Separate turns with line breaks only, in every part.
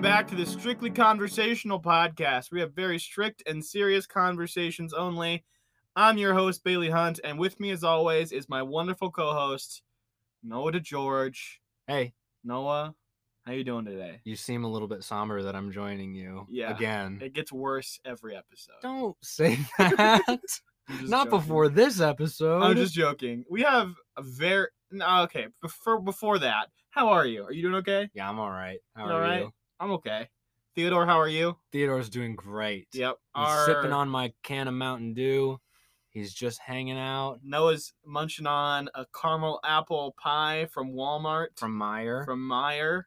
back to the Strictly Conversational podcast. We have very strict and serious conversations only. I'm your host, Bailey Hunt, and with me, as always, is my wonderful co host, Noah DeGeorge.
Hey,
Noah, how you doing today?
you seem a little bit somber that I'm joining you
Yeah.
again.
It gets worse every episode.
Don't say that.
I'm just
Not
joking.
before this episode.
I'm just joking. We have a very. No, okay, before, before that, how are you? Are you doing okay?
Yeah, I'm all right. How
You
are
all right?
you?
I'm okay. Theodore, how are you?
Theodore's doing great.
Yep.
He's sipping on my can of Mountain Dew. He's just hanging out
Noah's munching on a caramel apple pie from Walmart
from Meyer.
from Meyer.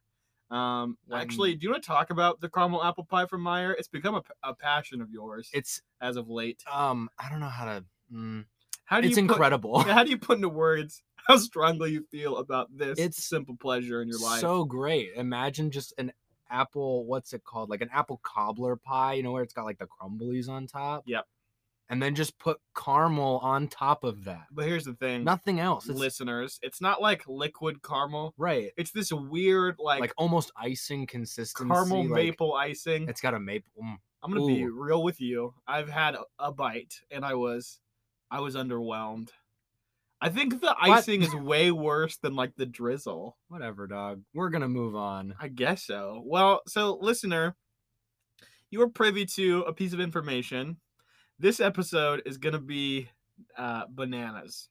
Um,
When-
actually, do you want to talk about the caramel apple pie from Meyer? It's become a, p- a passion of yours
it's
as of late.
um, I don't know how to. Mm,
How do
it's
you put-
incredible.
how do you put into words how strongly you feel about this
It's
simple pleasure in your life?
So great. Imagine just an apple, what's it called? Like an apple cobbler pie, you know, where it's got like the crumblies on top.
Yep.
And then just put caramel on top of that.
but here's the thing,
Nothing else. It's
listeners, it's not like liquid caramel.
right.
It's this weird like,
Like, almost icing consistency.
caramel
like,
maple icing.
It's got a maple. mm,
I'm gonna be
Ooh.
real with you. I've had a, a bite and I was I was underwhelmed. I think the icing is way worse than like the drizzle.
whatever, dog. We're gonna move on.
I guess so. Well, so listener, you are privy to a piece of information. This episode is gonna be uh bananas.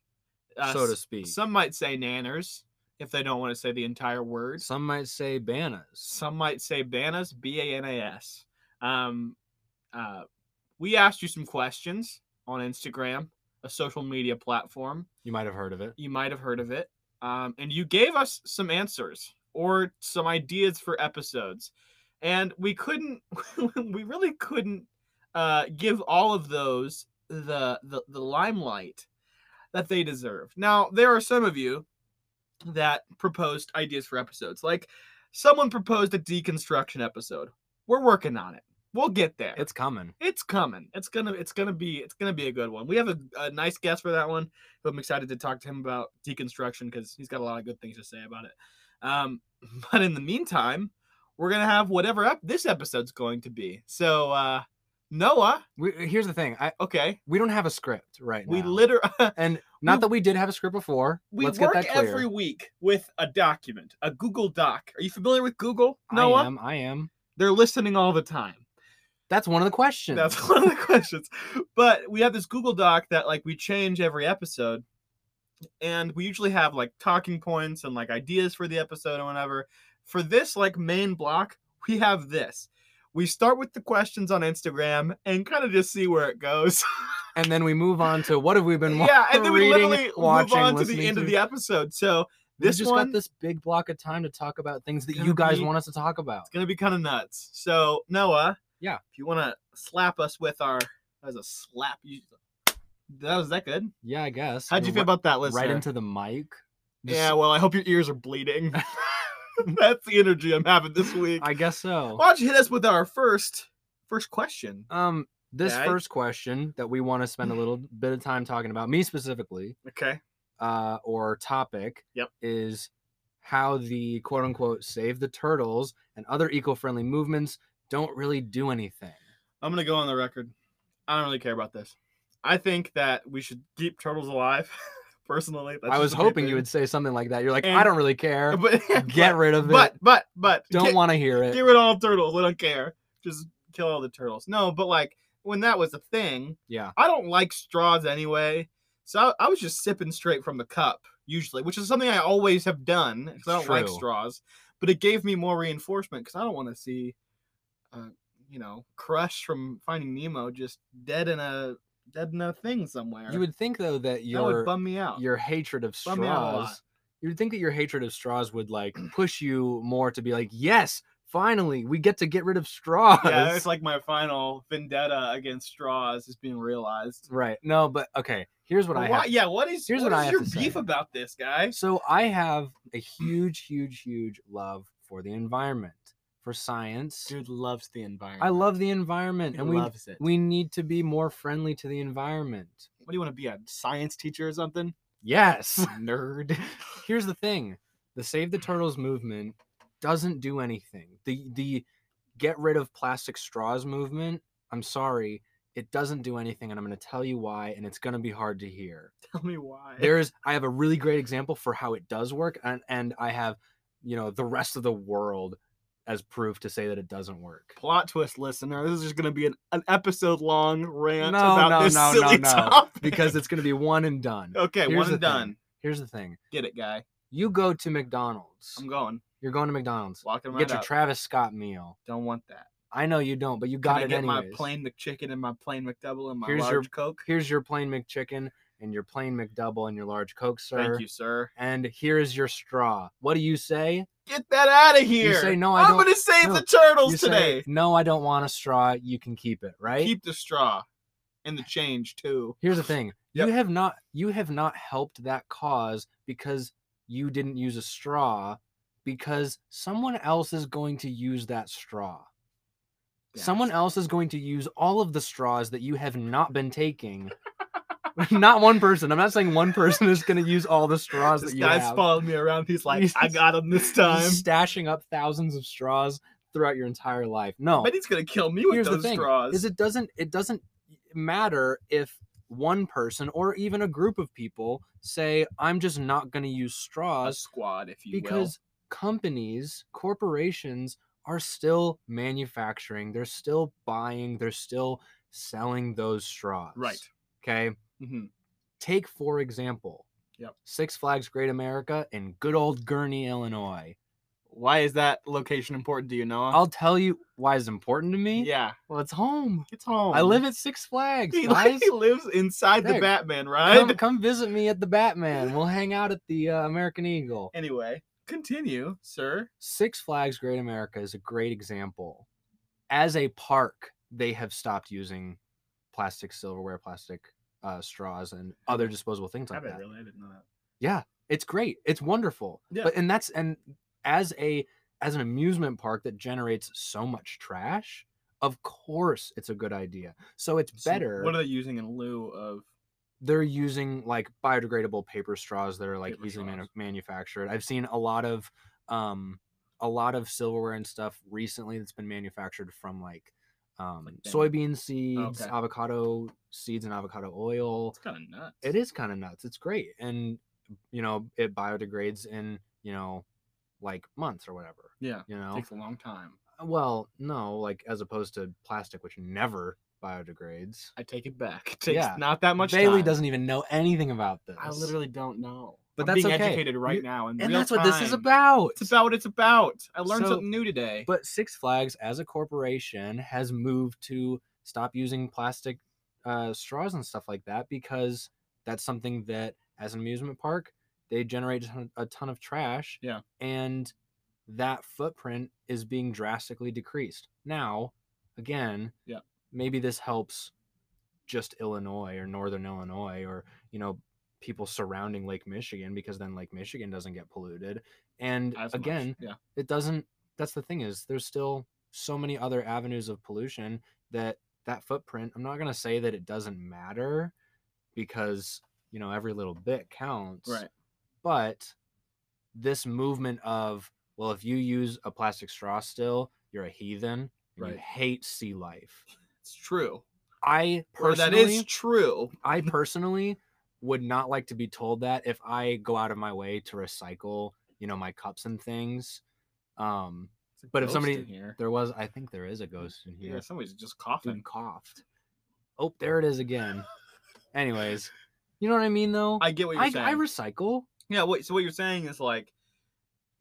Uh,
so to
s-
speak. Some,
Some might say nanners if they don't want to say the entire word.
might say bananas.
some might say banas b-a-n-a-s um, uh, we asked you some questions on instagram a social media platform
You might have heard of it.
you might have heard of it um, and you gave us some answers or some ideas for episodes and we couldn't we really couldn't uh, give all of those the, the the limelight that they deserve now there are some of you that proposed ideas for episodes like someone proposed a deconstruction episode we're working on it we'll get there
It's coming.
it's coming. It's gonna it's gonna be it's gonna be a good one. We have a, a nice guest for that one. who I'm excited to talk to him about deconstruction because he's got a lot of good things to say about it. Um, but in the meantime, we're gonna have whatever ep- this episode's going to be. So uh, Noah,
We, here's the thing. I
okay,
we don't have a script right
we
now.
liter
And not
We-
that we did have a script before.
we
Let's
work
get that clear.
every week with a document, a Google Doc. Are you familiar with Google,
I
Noah?
am. I am.
They're listening all the time.
That's one of the questions.
That's one of the questions. But we have this Google Doc that like we change every episode. And we usually have like talking points and like ideas for the episode or whatever. For this like main block, we have this. We start with the questions on Instagram and kind of just see where it goes.
and then we move on to what have we been wa-
yeah, and then we
reading,
literally
watching,
move on to the
listening
end of
to?
the episode. So
We've
this
just
one
got this big block of time to talk about things that
gonna
you guys
be-
want us to talk about.
it's gonna be kind of nuts. So Noah,
Yeah.
if you want to slap us with our that was a slap. You, that was that good.
Yeah, I guess.
How'd
We're
you feel
ri-
about that, listener?
right into the mic? Just-
Yeah, well, I hope your ears are bleeding. That's the energy I'm having this week.
I guess so.
Why don't you hit us with our first first question?
Um, this
Okay.
first question that we want to spend a little bit of time talking about, me specifically,
Okay.
uh, or topic,
Yep.
is how the quote unquote save the turtles and other eco friendly movements don't really do anything.
I'm gonna go on the record. I don't really care about this. I think that we should keep turtles alive. Personally, that's
I
just
was
a me
hoping you would
opinion.
say something like that. You're like, I
And-
don't really care.
But
Get rid of
but,
it.
but but but
don't
get,
want to hear it.
get rid of all turtles. I don't care. Just kill all the turtles. No, but like when that was a thing,
yeah.
I don't like straws anyway, so I, I was just sipping straight from the cup usually, which is something I always have done because I don't like
True.
straws. But it gave me more reinforcement because I don't want to see, uh, you know, Crush from Finding Nemo just dead in a dead in a thing somewhere.
You would think though that
that would
your
bum me out.
your hatred of
Bum me out a lot.
straws, you would think that your hatred of straws would like push you more to be like, yes, finally, we get to get rid of straws.
yeah, it's like my final vendetta against straws is being realized.
right. No, but okay. Here's what I
Why-
have.
yeah, what is
Here's
what
what
is
I have
your
to say.
beef about this, guy?
So I have a huge, huge, huge love for the environment, for science.
Dude loves the environment.
I love the environment, and we
loves it.
we need to be more friendly to the environment.
what do you want to be a science teacher or something?
Yes.
Nerd.
here's the thing the save the turtles movement doesn't do anything the the get rid of plastic straws movement. I'm sorry, it doesn't do anything, and I'm going to tell you why, and it's going to be hard to hear.
Tell me why.
There's, I have a really great example for how it does work, and and I have, you know, the rest of the world as proof to say that it doesn't work.
plot twist, listener. This is just going to be an, an episode long rant
No,
about
no,
this
no, no,
silly
no,
topic.
Because it's going to be one and done.
okay,
Here's
one
the
and done.
thing. Here's the thing:
Get it, guy.
you go to McDonald's.
I'm going.
You're going to McDonald's.
Walking
You
right
get your
up.
Travis Scott meal.
Don't want that.
I know you don't, but you
Can
got
I
it
get
anyways.
my plain McChicken and my plain McDouble and my
Here's
large
your-
Coke.
Here's your plain McChicken and your plain McDouble and your large Coke, sir.
Thank you, sir.
And here is your straw. What do you say?
Get that out of here.
say, "No, I
I'm
don't-
going to save
no."
the turtles
You say,
today.
no, I don't want a straw. You can keep it, right?
Keep the straw and the change too.
Here's the thing.
Yep.
You have not you have not helped that cause because you didn't use a straw because someone else is going to use that straw. Someone else is going to use all of the straws that you have not been taking. not one person. I'm not saying one person is going to use all the straws
This
that you
guy's
have.
following me around. He's like,
He's-
I got him this
You're
time.
just Stashing up thousands of straws throughout your entire life. No.
But he's gonna kill me with
Oh. Here's the
those
thing,
straws.
is it doesn't it doesn't matter if one person or even a group of people say i'm just not going to use
a
straws
squad, if you will.
because companies corporations are still manufacturing they're still buying they're still selling those straws
Right.
okay
hmm
take for example
Yep.
six flags great america in good old gurney illinois
Why is that location important? Do you know?
i'll tell you why it's important to me
yeah,
well it's home
it's home.
i live at six flags
He,
guys
he lives inside the
Heck,
Batman, right?
come, come visit me at the Batman. We'll hang out at the uh, American Eagle.
Anyway, continue, sir.
Six Flags Great America is a great example. As a park, they have stopped using plastic silverware, plastic uh, straws, and other disposable things like that.
really? I didn't know that.
Yeah, it's great. It's wonderful.
Yeah.
But and that's and as a as an amusement park that generates so much trash, of course it's a good idea. So it's
So
better.
What are they using in lieu of?
they're using like biodegradable paper straws that are like
Paper
easily manu-
straws.
manufactured. I've seen a lot of um a lot of silverware and stuff recently that's been manufactured from like um
Like bamboo.
soybean seeds,
okay.
avocado seeds and avocado oil.
It's kind of nuts.
It is kind of nuts. It's great and you know, it biodegrades in, you know, like months or whatever,
Yeah,
you know.
takes a long time.
Well, no, like as opposed to plastic which never biodegrades.
I take it back. It takes
Yeah.
not that much.
Bailey
time.
doesn't even know anything about this.
I literally don't know.
But
I'm
that's
being
okay.
educated right
You-
now, in
and
real
that's what this is
time.
about.
It's about what it's about. I learned
So-
something new today.
But Six Flags, as a corporation, has moved to stop using plastic uh, straws and stuff like that because that's something that, as an amusement park, they generate a ton- a ton of trash.
Yeah.
And that footprint is being drastically decreased. Now, again,
Yeah.
maybe this helps just Illinois or Northern Illinois or, you know, people surrounding Lake Michigan because then Lake Michigan doesn't get polluted. And
As much.
again,
yeah.
it doesn't that's the thing is there's still so many other avenues of pollution that that footprint i'm not going to say that it doesn't matter because you know every little bit counts
Right.
but this movement of well if you use a plastic straw still you're a heathen and
Right.
you hate sea life
It's true.
i
Or
personally
that is true.
i personally would not like to be told that if i go out of my way to recycle you know my cups and things um
It's a
But if
ghost
somebody-
in here,
There was, I think there
Mm,
is a ghost in
yeah,
here.
somebody's just
Dude
coughing.
coughed. Oh, there it is again. Anyways, you know what I mean though?
I get what you're
I,
saying.
I recycle.
yeah, wait. So what you're saying is like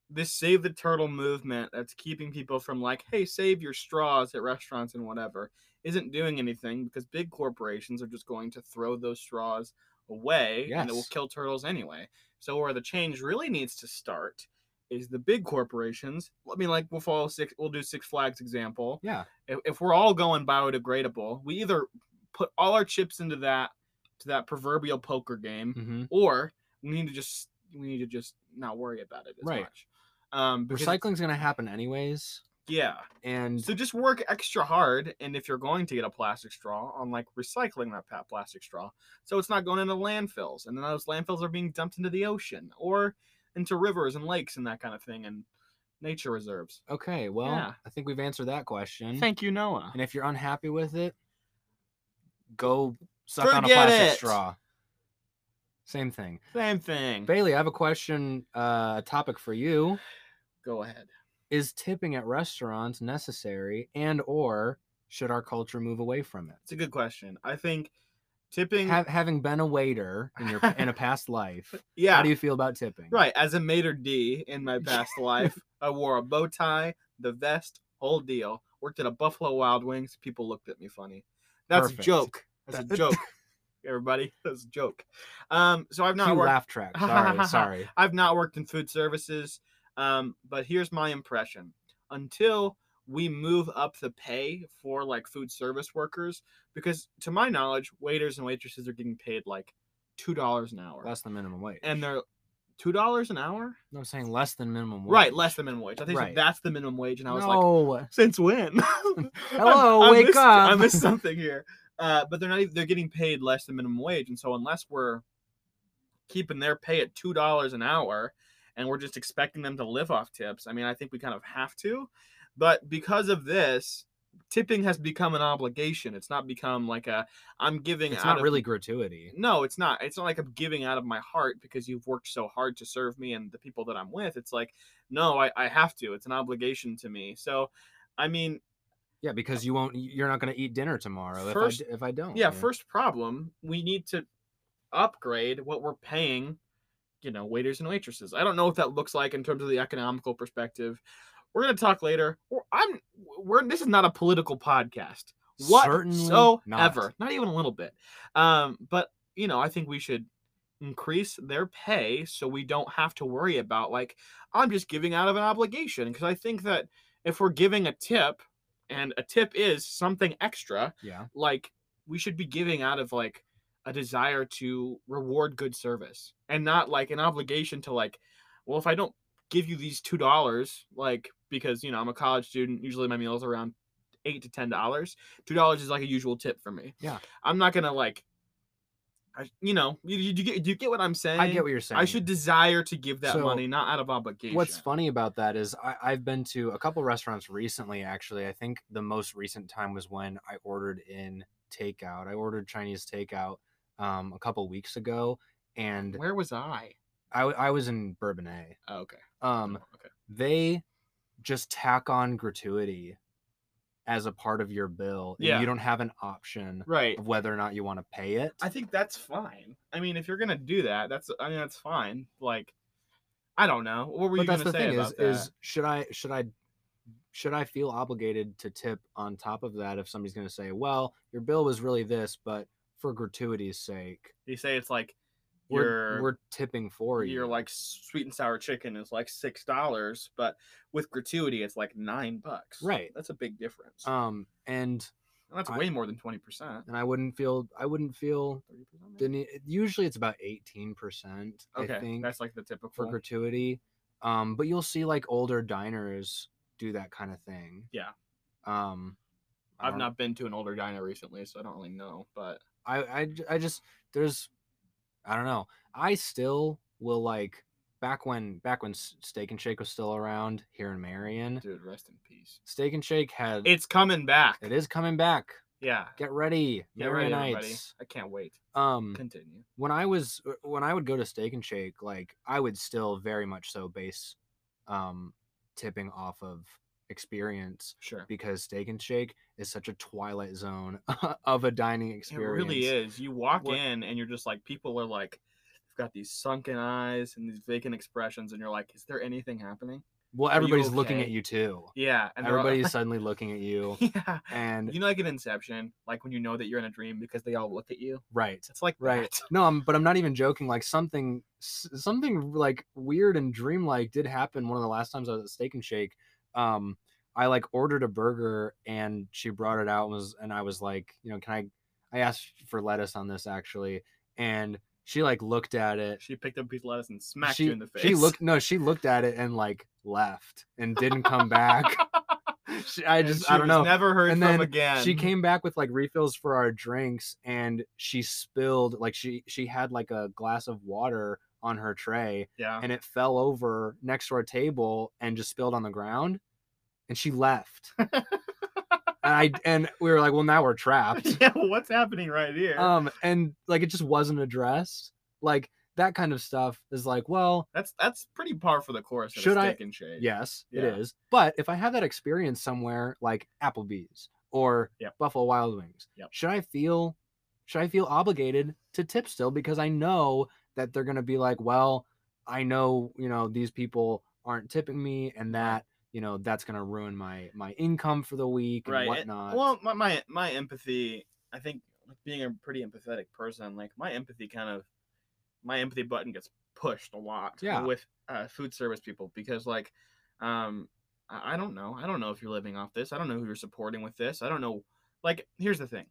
this save the turtle movement that's keeping people from like, hey, save your straws at restaurants and whatever, isn't doing anything because big corporations are just going to throw those straws away and it will
Yes.
kill turtles anyway. So where the change really needs to start is the big corporations. I mean, like we'll follow six. We'll do Six Flags example.
Yeah.
if, if we're all going biodegradable, we either put all our chips into that to that proverbial poker game,
hmm
or we need to just we need to just not worry about it as
Right.
much. Um, because it's-
Recycling's gonna happen anyways,
yeah.
and
So just work extra hard, and if you're going to get a plastic straw, on like recycling that pa- plastic straw, so it's not going into landfills, and then those landfills are being dumped into the ocean or into rivers and lakes and that kind of thing, and nature reserves.
Okay, well,
Yeah.
I think we've answered that question.
Thank you, Noah.
and if you're unhappy with it, go suck on a
Forget
plastic
it.
straw. Same thing.
Same thing.
Bailey, I have a question, uh, a topic for you.
Go ahead.
Is tipping at restaurants necessary and or should our culture move away from it?
It's a good question. I think tipping.
Ha- having been a waiter in your in a past life,
yeah.
how do you feel about tipping?
Right. As a maitre d in my past life, I wore a bow tie, the vest, whole deal. Worked at a Buffalo Wild Wings. People looked at me funny. That's
Perfect.
a joke. That's a
That-
joke. Everybody, that's a joke. Um, so I've not
Cue
worked.
laugh track. Sorry, sorry.
I've not worked in food services, um, but here's my impression. Until we move up the pay for like food service workers, because to my knowledge, waiters and waitresses are getting paid like two dollars an hour,
Less than minimum wage.
and they're two dollars an hour,
no, I'm saying less than minimum wage.
right? Less than minimum wage. I think
Right.
that's the minimum wage, and I was like,
no.
since when? I'm-
Hello, wake
missed, I
up.
missed something here. Uh, but they're not even, they're getting paid less than minimum wage, and so unless we're keeping their pay at two dollars an hour, and we're just expecting them to live off tips, I mean, I think we kind of have to. But because of this, tipping has become an obligation. It's not become like a I'm giving.
it's
out
not
of-
really gratuity.
no, it's not. It's not like I'm giving out of my heart because you've worked so hard to serve me and the people that I'm with. It's like, no, I, I have to. It's an obligation to me. So, I mean,
Yeah, because you won't. You're not going to eat dinner tomorrow
First-
if I d- if I don't.
yeah, first problem, we need to upgrade what we're paying, you know, waiters and waitresses. I don't know what that looks like in terms of the economical perspective. We're going to talk later. We're, I'm we're this is not a political podcast. What
Certainly
so
not.
ever. Not even a little bit. Um but you know, I think we should increase their pay so we don't have to worry about like I'm just giving out of an obligation because I think that if we're giving a tip and a tip is something extra,
Yeah.
like we should be giving out of like a desire to reward good service and not like an obligation to like well if i don't give you these two dollars like because you know i'm a college student usually my meals around eight to ten dollars two dollars is like a usual tip for me
Yeah.
i'm not gonna like I, you know you, you, get, you get what i'm saying
I get what you're saying.
i should desire to give that
So,
money not out of obligation
What's funny about that is I, I've been to a couple restaurants recently. Actually, I think the most recent time was when I ordered in takeout. I ordered Chinese takeout um, a couple weeks ago, and
where was i
I, w- I was in Bourbonnais.
oh, okay
Um,
Oh, okay
they just tack on gratuity as a part of your bill, and
Yeah.
you don't have an option
right
of whether or not you want to pay it.
I think that's fine. I mean, if you're gonna do that, that's I mean that's fine. Like, I don't know. What were
but
you
that's
gonna
the
say
thing
about
is,
that?
is should I should I should I feel obligated to tip on top of that if somebody's going to say, "Well, your bill was really this, but for gratuity's sake,
you say it's like
we're
your
we're tipping for you."
your like sweet and sour chicken is like six dollars, but with gratuity it's like nine bucks.
Right.
That's a big difference.
um and
And that's
I-
way more than twenty percent.
and I wouldn't feel I wouldn't feel
Thirty
the
percent.
need, usually it's about 18% I
Okay,
think
that's like the
for
typical.
gratuity. Um but you'll see like older diners do that kind of thing.
Yeah.
Um I
I've
don't-
not been to an older diner recently, so I don't really know. But
I, I j- I just there's I don't know. I still will like back when back when S- Steak and Shake was still around here in Marion.
dude, rest in peace.
Steak and Shake had
It's coming back.
it is coming back.
Yeah.
Get ready,
Get ready, everybody.
Marionites.
I can't wait.
Um,
Continue.
when I was uh, when I would go to Steak and Shake, like I would still very much so base um tipping off of experience
Sure.
because Steak and Shake is such a twilight zone of a dining experience.
It really is. You walk
What-
in and you're just like, people are like, they've got these sunken eyes and these vacant expressions, and you're like, is there anything happening?
Well,
you
everybody's looking
okay?
at you too.
Yeah, and they're all-
everybody's suddenly looking at you
yeah.
and
You know, like in Inception, like when you know that you're in a dream because they all look at you.
right
It's like
right
that.
no i'm but i'm not even joking like something s- something like weird and dreamlike did happen one of the last times i was at steak and shake um i like ordered a burger and she brought it out and was and i was like you know can i i asked for lettuce on this actually and she like looked at it
She picked up a piece of lettuce and smacked
she,
you in the face.
she looked no she looked at it and like left and didn't come back She- I
and
just
she
I don't
was
know.
Never heard
And
from
then
again.
She came back with like refills for our drinks and she spilled like she she had like a glass of water on her tray
Yeah.
and it fell over next to our table and just spilled on the ground and she left. and I and we were like, well now we're trapped.
yeah. What's happening right here?
Um and like it just wasn't addressed. Like that kind of stuff is like, well,
that's that's pretty par for the course. At
should
a
I-
steak and shake.
yes,
Yeah.
it is. But if I have that experience somewhere like Applebee's or
Yep.
Buffalo Wild Wings,
Yep.
should I feel should I feel obligated to tip still because I know that they're going to be like, well, I know, you know, these people aren't tipping me and that, you know, that's going to ruin my my income for the week and
Right. and-
whatnot.
well, my, my my empathy. I think like being a pretty empathetic person, like my empathy kind of my empathy button gets pushed a lot
Yeah.
with uh, food service people because like um I, I don't know I don't know if you're living off this I don't know who you're supporting with this I don't know like here's the thing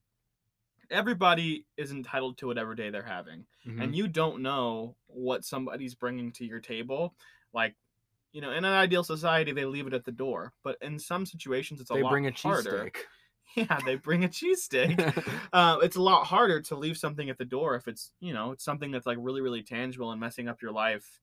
everybody is entitled to whatever day they're having
Mhm.
and you don't know what somebody's bringing to your table like you know in an ideal society they leave it at the door but in some situations it's a
they
lot
bring a
harder
cheesesteak.
yeah they bring a cheesesteak uh, it's a lot harder to leave something at the door if it's you know it's something that's like really really tangible and messing up your life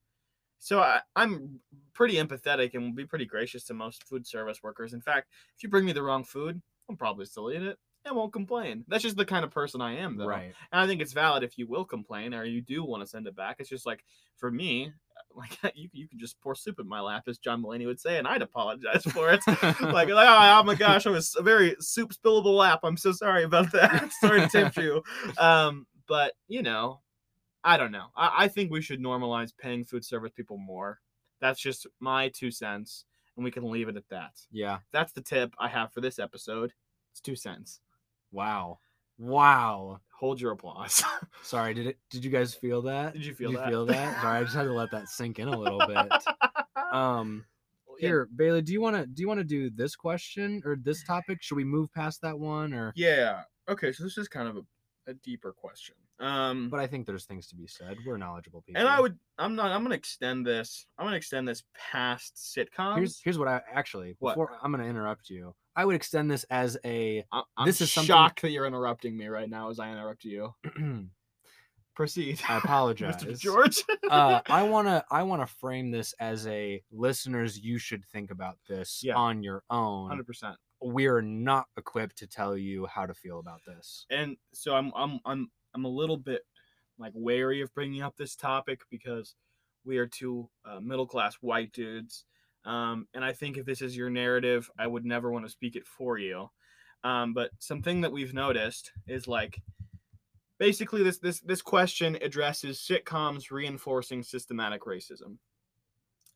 so I, i'm pretty empathetic and will be pretty gracious to most food service workers in fact if you bring me the wrong food i'll probably still eat it and won't complain that's just the kind of person i am though
right.
and I think it's valid if you will complain or you do want to send it back. It's just like for me, like you, you can just pour soup in my lap, as John Mulaney would say, and I'd apologize for it. like, oh, oh my gosh, I was a very soup spillable lap. I'm so sorry about that. sorry to tempt you. Um, but you know, I don't know. I, I think we should normalize paying food service people more. That's just my two cents, and we can leave it at that.
Yeah.
That's the tip I have for this episode. It's two cents.
Wow. Wow.
Hold your applause.
Sorry, did it did you guys feel that?
Did you feel
did
that?
you feel that? Sorry, I just had to let that sink in a little bit. Um
Yeah,
here, Bailey, do you wanna do you wanna do this question or this topic? Should we move past that one or
Yeah. Okay. So this is kind of a, a deeper question. Um,
but I think there's things to be said. We're knowledgeable people.
and I would, I'm not, I'm gonna extend this. I'm gonna extend this past sitcoms.
here's here's what I actually
um What?
before I'm gonna interrupt you. I would extend this as a
I, am
this is something-
shocked that you're interrupting me right now as I interrupt you.
I
Proceed,
apologize.
Mr. George.
uh, I want to I want to frame this as a listeners you should think about this
Yeah.
on your own.
Hundred percent.
We're not equipped to tell you how to feel about this.
And so I'm, I'm, I'm, I'm a little bit like wary of bringing up this topic because we are two uh, middle class white dudes. Um, and I think if this is your narrative, I would never want to speak it for you. Um, but something that we've noticed is like basically this this this question addresses sitcoms reinforcing systematic racism.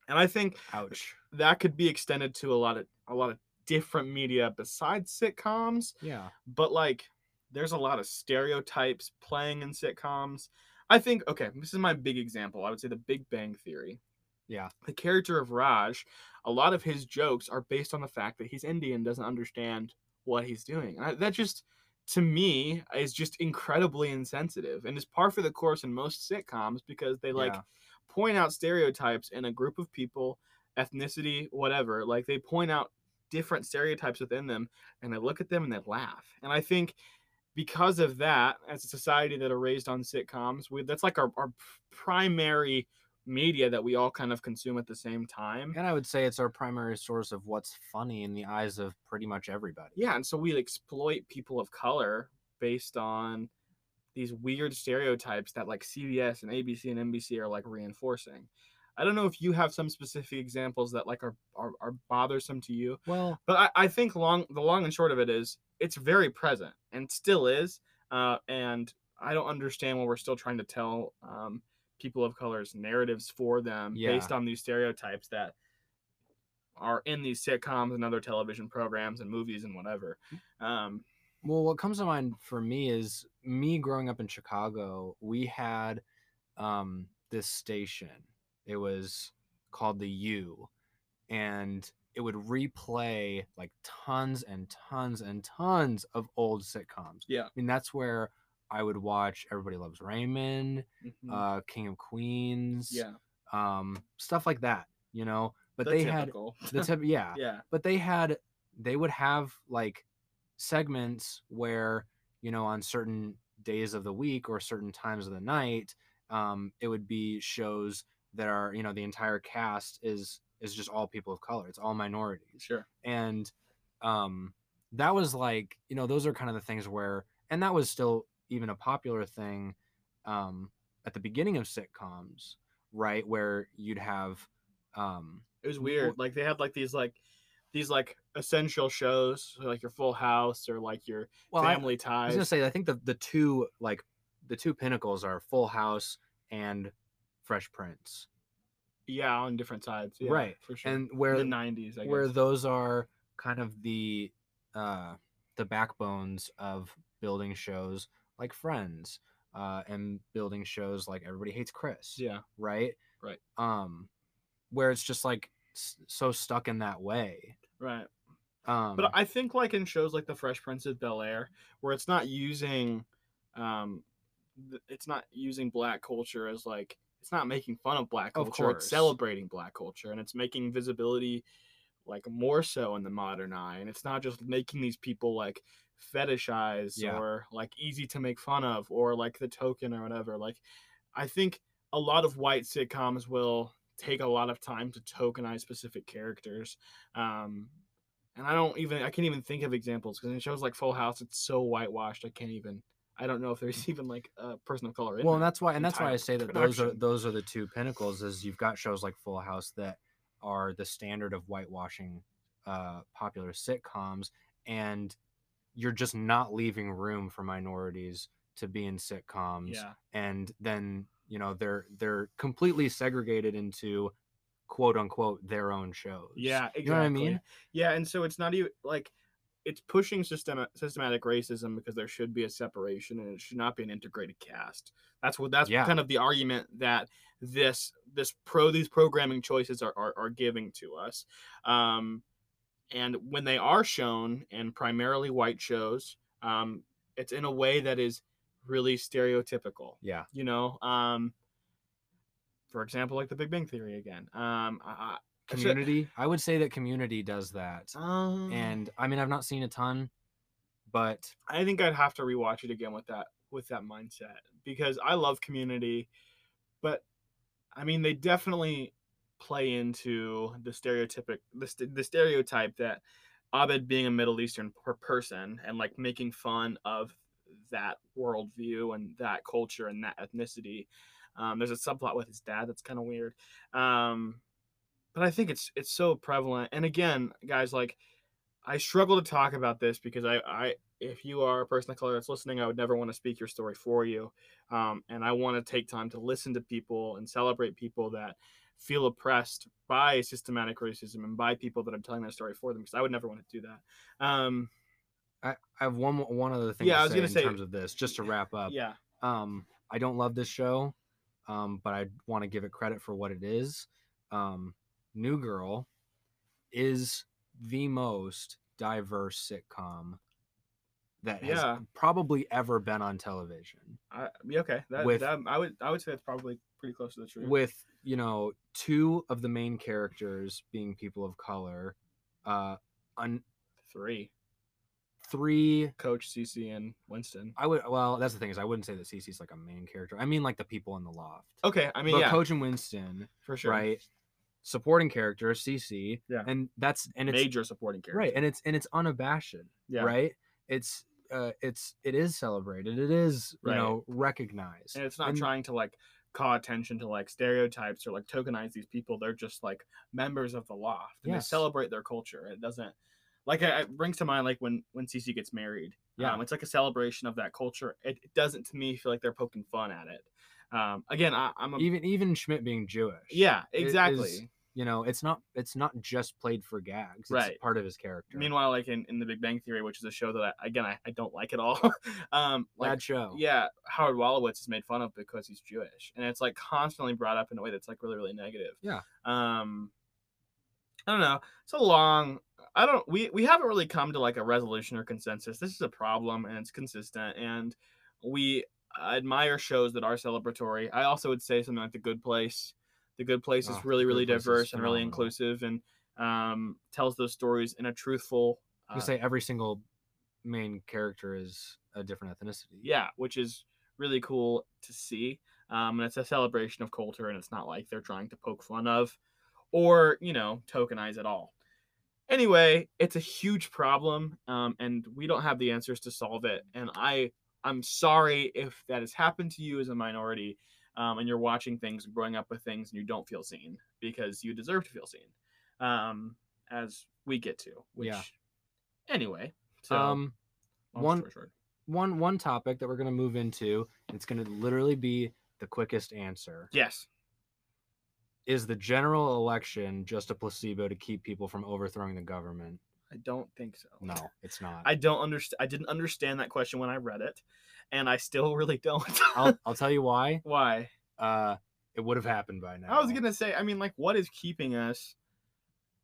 And I think
Ouch.
that could be extended to a lot of a lot of different media besides sitcoms
Yeah.
but like there's a lot of stereotypes playing in sitcoms. I think okay, this is my big example. I would say the Big Bang Theory.
Yeah.
The character of Raj, a lot of his jokes are based on the fact that he's Indian, doesn't understand what he's doing. And I, that just to me is just incredibly insensitive and is par for the course in most sitcoms because they like
Yeah.
point out stereotypes in a group of people, ethnicity, whatever. Like they point out different stereotypes within them and they look at them and they laugh. And I think because of that, as a society that are raised on sitcoms, we, that's like our, our primary media that we all kind of consume at the same time.
And I would say it's our primary source of what's funny in the eyes of pretty much everybody.
Yeah, and so we exploit people of color based on these weird stereotypes that like CBS and ABC and NBC are like reinforcing. I don't know if you have some specific examples that like are are, are bothersome to you,
Well,
but I, I think long the long and short of it is it's very present and still is. Uh, and I don't understand why we're still trying to tell um, people of color's narratives for them based on these stereotypes that are in these sitcoms and other television programs and movies and whatever.
Mm.
Um,
well, what comes to mind for me is me growing up in Chicago. We had um, this station. It was called the U, and it would replay like tons and tons and tons of old sitcoms.
Yeah.
I mean that's where I would watch Everybody Loves Raymond,
mhm.
uh, King of Queens,
yeah,
um, stuff like that. You know, but
the
they had uh,
typical.
the tip, yeah.
yeah,
But they had they would have like segments where you know on certain days of the week or certain times of the night um, it would be shows that are you know the entire cast is is just all people of color it's all minorities
Sure.
and um that was like you know those are kind of the things where and that was still even a popular thing um at the beginning of sitcoms right where you'd have um
It was weird. Like they had like these like these like essential shows, so, like your Full House or like your
well I,
Family
I
Ties.
was gonna say i think the the two like the two pinnacles are full house and fresh prince
yeah, on different sides. Yeah,
Right.
For sure.
and where
the nineties, I guess.
where those are kind of the uh the backbones of building shows like friends uh and building shows like everybody hates chris
yeah.
right
Right.
um where it's just like s- so stuck in that way
Right.
um
But I think like in shows like The Fresh Prince of Bel Air, where it's not using, um, th- it's not using black culture as like it's not making fun of black
Of
culture.
course.
It's celebrating black culture and it's making visibility like more so in the modern eye. And it's not just making these people like fetishized
Yeah.
or like easy to make fun of or like the token or whatever. Like I think a lot of white sitcoms will take a lot of time to tokenize specific characters. Um, and I don't even I can't even think of examples because in shows like Full House, it's so whitewashed. I can't even I don't know if there's even like a person of color in.
well
it.
and that's why and that's why i
entire
say that those are
production.
those are the two pinnacles is you've got shows like full house that are the standard of whitewashing uh popular sitcoms and you're just not leaving room for minorities to be in sitcoms
yeah,
and then you know they're they're completely segregated into quote unquote their own shows
yeah, exactly.
you know what i mean
Yeah, and so it's not even like it's pushing system systematic racism because there should be a separation and it should not be an integrated cast. That's what that's
Yeah.
kind of the argument that this this pro these programming choices are are, are giving to us. Um, and when they are shown in primarily white shows, um, it's in a way that is really stereotypical
yeah
you know um for example like the big bang theory again um I, I, so-
community i would say that community does that
um,
and i mean i've not seen a ton but
i think i'd have to rewatch it again with that with that mindset because i love community but i mean they definitely play into the stereotypic the, st- the stereotype that abed being a middle eastern per- person and like making fun of that worldview and that culture and that ethnicity um, there's a subplot with his dad that's kind of weird um, but i think it's it's so prevalent and again guys like i struggle to talk about this because i i if you are a person of color that's listening i would never want to speak your story for you um, and i want to take time to listen to people and celebrate people that feel oppressed by systematic racism and by people that i'm telling their story for them because i would never want to do that um,
I have one mo- one other thing
Yeah,
to
I was
say
gonna
in
say-
terms of this, just to wrap up.
yeah
Um, I don't love this show, um, but I want to give it credit for what it is. Um, New Girl is the most diverse sitcom that has
Yeah.
probably ever been on television.
I, yeah, okay. That,
With-
that I would I would say that's probably pretty close to the truth.
with you know two of the main characters being people of color, uh, on
three,
three.
Coach CC and Winston.
I would well, that's the thing is I wouldn't say that Cece's like a main character. I mean like the people in the loft.
Okay, I mean
but
yeah,
Coach and Winston,
for sure.
right? Supporting character, CC,
Yeah.
and that's and it's
Major supporting character.
right, and it's and it's unabashed,
Yeah.
right? It's uh, it's it is celebrated, it is you
Right.
know recognized,
And it's not
and-
trying to like call attention to like stereotypes or like tokenize these people. They're just like members of the loft and
Yes.
they celebrate their culture. It doesn't like it, it brings to mind like when when CC gets married.
Yeah.
Um, it's like a celebration of that culture. It, it doesn't to me feel like they're poking fun at it. Um, again, I, I'm a
even even Schmidt being Jewish,
yeah,
it is-
exactly.
you know, it's not it's not just played for gags, it's
Right.
Part of his character.
Meanwhile, like in, in The Big Bang Theory, which is a show that I, again I, I don't like at all. um, like
bad show.
yeah, Howard Wolowitz is made fun of because he's Jewish, and it's like constantly brought up in a way that's like really really negative.
Yeah.
Um, I don't know. It's a long. I don't. We we haven't really come to like a resolution or consensus. This is a problem, and it's consistent, and we admire shows that are celebratory. I also would say something like The Good Place. Ah, The Good Place
Oh,
is really
The
really
Good Place is
diverse and really
phenomenal.
inclusive, and um, tells those stories in a truthful
You say every single main character is a different ethnicity.
yeah, which is really cool to see. Um, and it's a celebration of culture, and it's not like they're trying to poke fun of or, you know, tokenize at all. Anyway, it's a huge problem, um, and we don't have the answers to solve it. And I, I'm sorry if that has happened to you as a minority, um, and you're watching things, and growing up with things, and you don't feel seen because you deserve to feel seen, um, as we get to. Which,
Yeah.
Anyway, so
um,
long
one-
story short.
one one topic that we're gonna move into. It's gonna literally be the quickest answer.
Yes.
Is the general election just a placebo to keep people from overthrowing the government?
I don't think so.
No, it's not.
I don't understand. I didn't understand that question when I read it, and I still really don't.
I'll, I'll tell you why.
Why?
Uh, it would have happened by now.
I was gonna say. I mean, like, what is keeping us?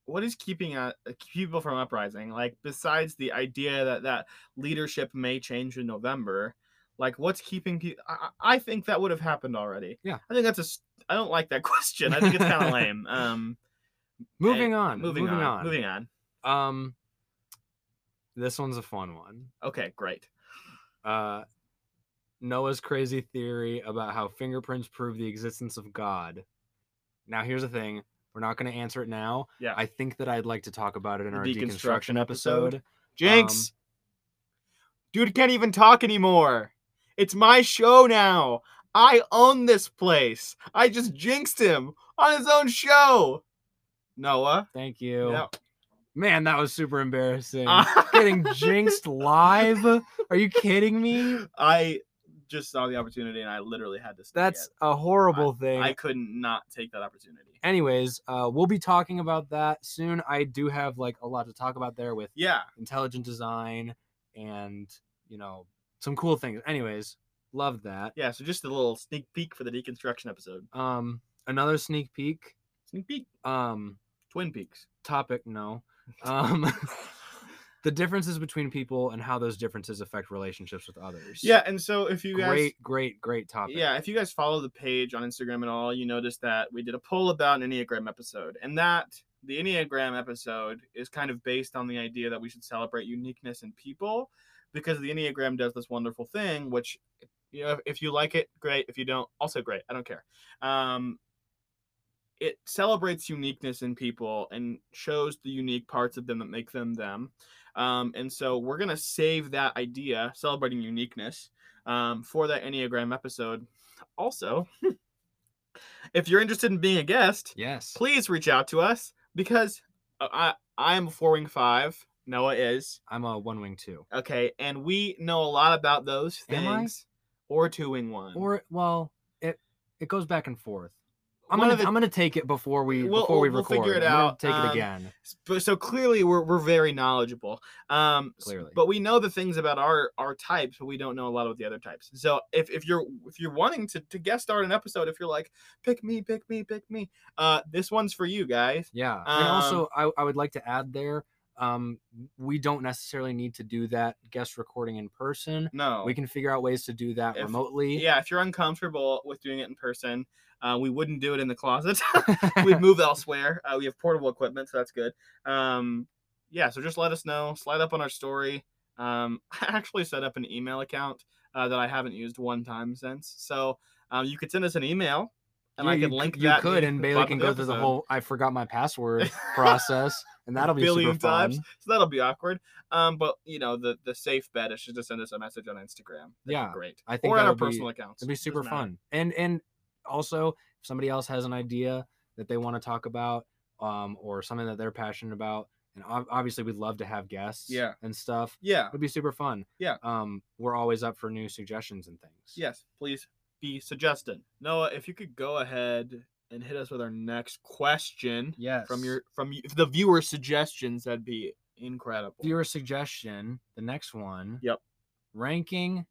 What is keeping uh, people from uprising? Like, besides the idea that that leadership may change in November, like, what's keeping people? I, I I think that would have happened already.
Yeah.
I think that's a. s- I don't like that question. I think it's kind of lame. Um,
Um, Moving
eh,
on.
Moving, on, Moving on.
Um, this one's a fun one.
Okay, great.
Uh, Noah's crazy theory about how fingerprints prove the existence of God. Now, here's the thing. We're not going to answer it now.
Yeah.
I think that I'd like to talk about it in
The
our
deconstruction
deconstruction episode.
Jinx! Um, Dude can't even talk anymore. It's my show now. I own this place. I just jinxed him on his own show. Noah.
Thank you.
No.
Man, that was super embarrassing.
Ah.
Getting jinxed live? Are you kidding me?
I just saw the opportunity and I literally had to. sneak
That's a horrible thing.
it. I couldn't not take that opportunity.
Anyways, uh, we'll be talking about that soon. I do have like a lot to talk about there with
Yeah.
intelligent design and you know some cool things. Anyways, love that.
Yeah. So just a little sneak peek for the deconstruction episode.
Um, another sneak peek.
Sneak peek.
Um,
Twin Peaks.
topic no. Um, the differences between people and how those differences affect relationships with others.
Yeah. And so if you guys.
great, great, great topic.
Yeah, if you guys follow the page on Instagram at all, you notice that we did a poll about an Enneagram episode, and that the Enneagram episode is kind of based on the idea that we should celebrate uniqueness in people because the Enneagram does this wonderful thing, which you know, if you like it, great. If you don't, also great. I don't care. Um, it celebrates uniqueness in people and shows the unique parts of them that make them them. Um, and so we're gonna save that idea, celebrating uniqueness, um, for that Enneagram episode. Also, if you're interested in being a guest,
Yes.
please reach out to us because I I am a four wing five. Noah is
I'm a one wing two.
okay, and we know a lot about those
Am I?
things. Or two wing one.
Or well, it it goes back and forth. I'm
One
gonna
of the-
I'm gonna take it before we
We'll-
before we
we'll- we'll figure
record.
it
I'm gonna
out,
Take
um,
it again.
so, so clearly we're, we're very knowledgeable um s-
Clearly.
but we know the things about our our types but we don't know a lot about the other types so if, if you're if you're wanting to, to guest start an episode if you're like pick me pick me pick me uh this one's for you guys
Yeah. and
Um,
also, I, I would like to add there um, we don't necessarily need to do that guest recording in person.
no
We can figure out ways to do that
Oh. If-
remotely.
yeah if you're uncomfortable with doing it in person uh, we wouldn't do it in the closet we'd move elsewhere. Uh, we have portable equipment, so that's good. Um, yeah, so just let us know. Slide up on our story. Um, I actually set up an email account uh, that I haven't used one time since. So um, you could send us an email, and
Yeah,
I
you
can
c-
link
You
that.
could,
to
and
the
Bailey
bottom of
can
the
go through the
episode
whole I forgot my password process, and that'll be
billion
super fun.
times. So that'll be awkward. Um, but you know the the safe bet is just to send us a message on Instagram. That'd be
Yeah,
great.
Ah, I think
or
that
on our
would be-
personal accounts.
It'd be
Doesn't
super
matter.
fun. And and also, if somebody else has an idea that they want to talk about, um, or something that they're passionate about, and ob- obviously we'd love to have guests,
Yeah.
and stuff.
Yeah.
It'd be super fun.
Yeah.
Um, we're always up for new suggestions and things.
Yes, please be suggesting. Noah, if you could go ahead and hit us with our next question
Yes.
from your from y- the viewer suggestions, that'd be incredible.
viewer suggestion, the next one.
Yep.
Ranking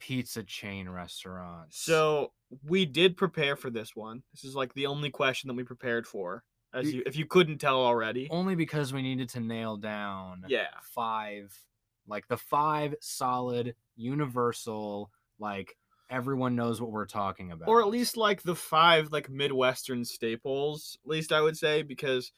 pizza chain restaurants.
So we did prepare for this one. This is like the only question that we prepared for. As
You-
you, if you couldn't tell already,
only because we needed to nail down
yeah,
five, like the five solid, universal, like everyone knows what we're talking about.
or at least like the five like Midwestern staples. At least I would say because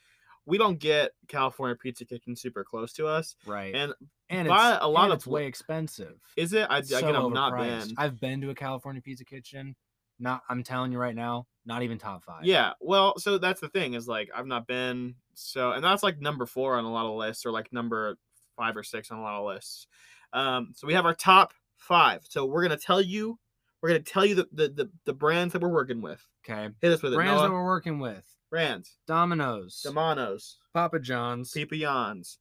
we don't get California Pizza Kitchen super close to us.
right?
and
and
by
it's,
a lot
and
of
it's
pl-
way expensive.
Is it? I,
So
again, I've not
overpriced.
been.
I've been to a California Pizza Kitchen. Not, I'm telling you right now, not even top five.
Yeah. Well, so that's the thing is like I've not been. So and that's like number four on a lot of lists, or like number five or six on a lot of lists. Um, so we have our top five. So we're gonna tell you, we're gonna tell you the the the, the brands that we're working with.
Okay.
Hit us with it.
Brands
Noah.
that we're working with:
brands,
Domino's,
Demanos,
Papa John's,
Peepeons,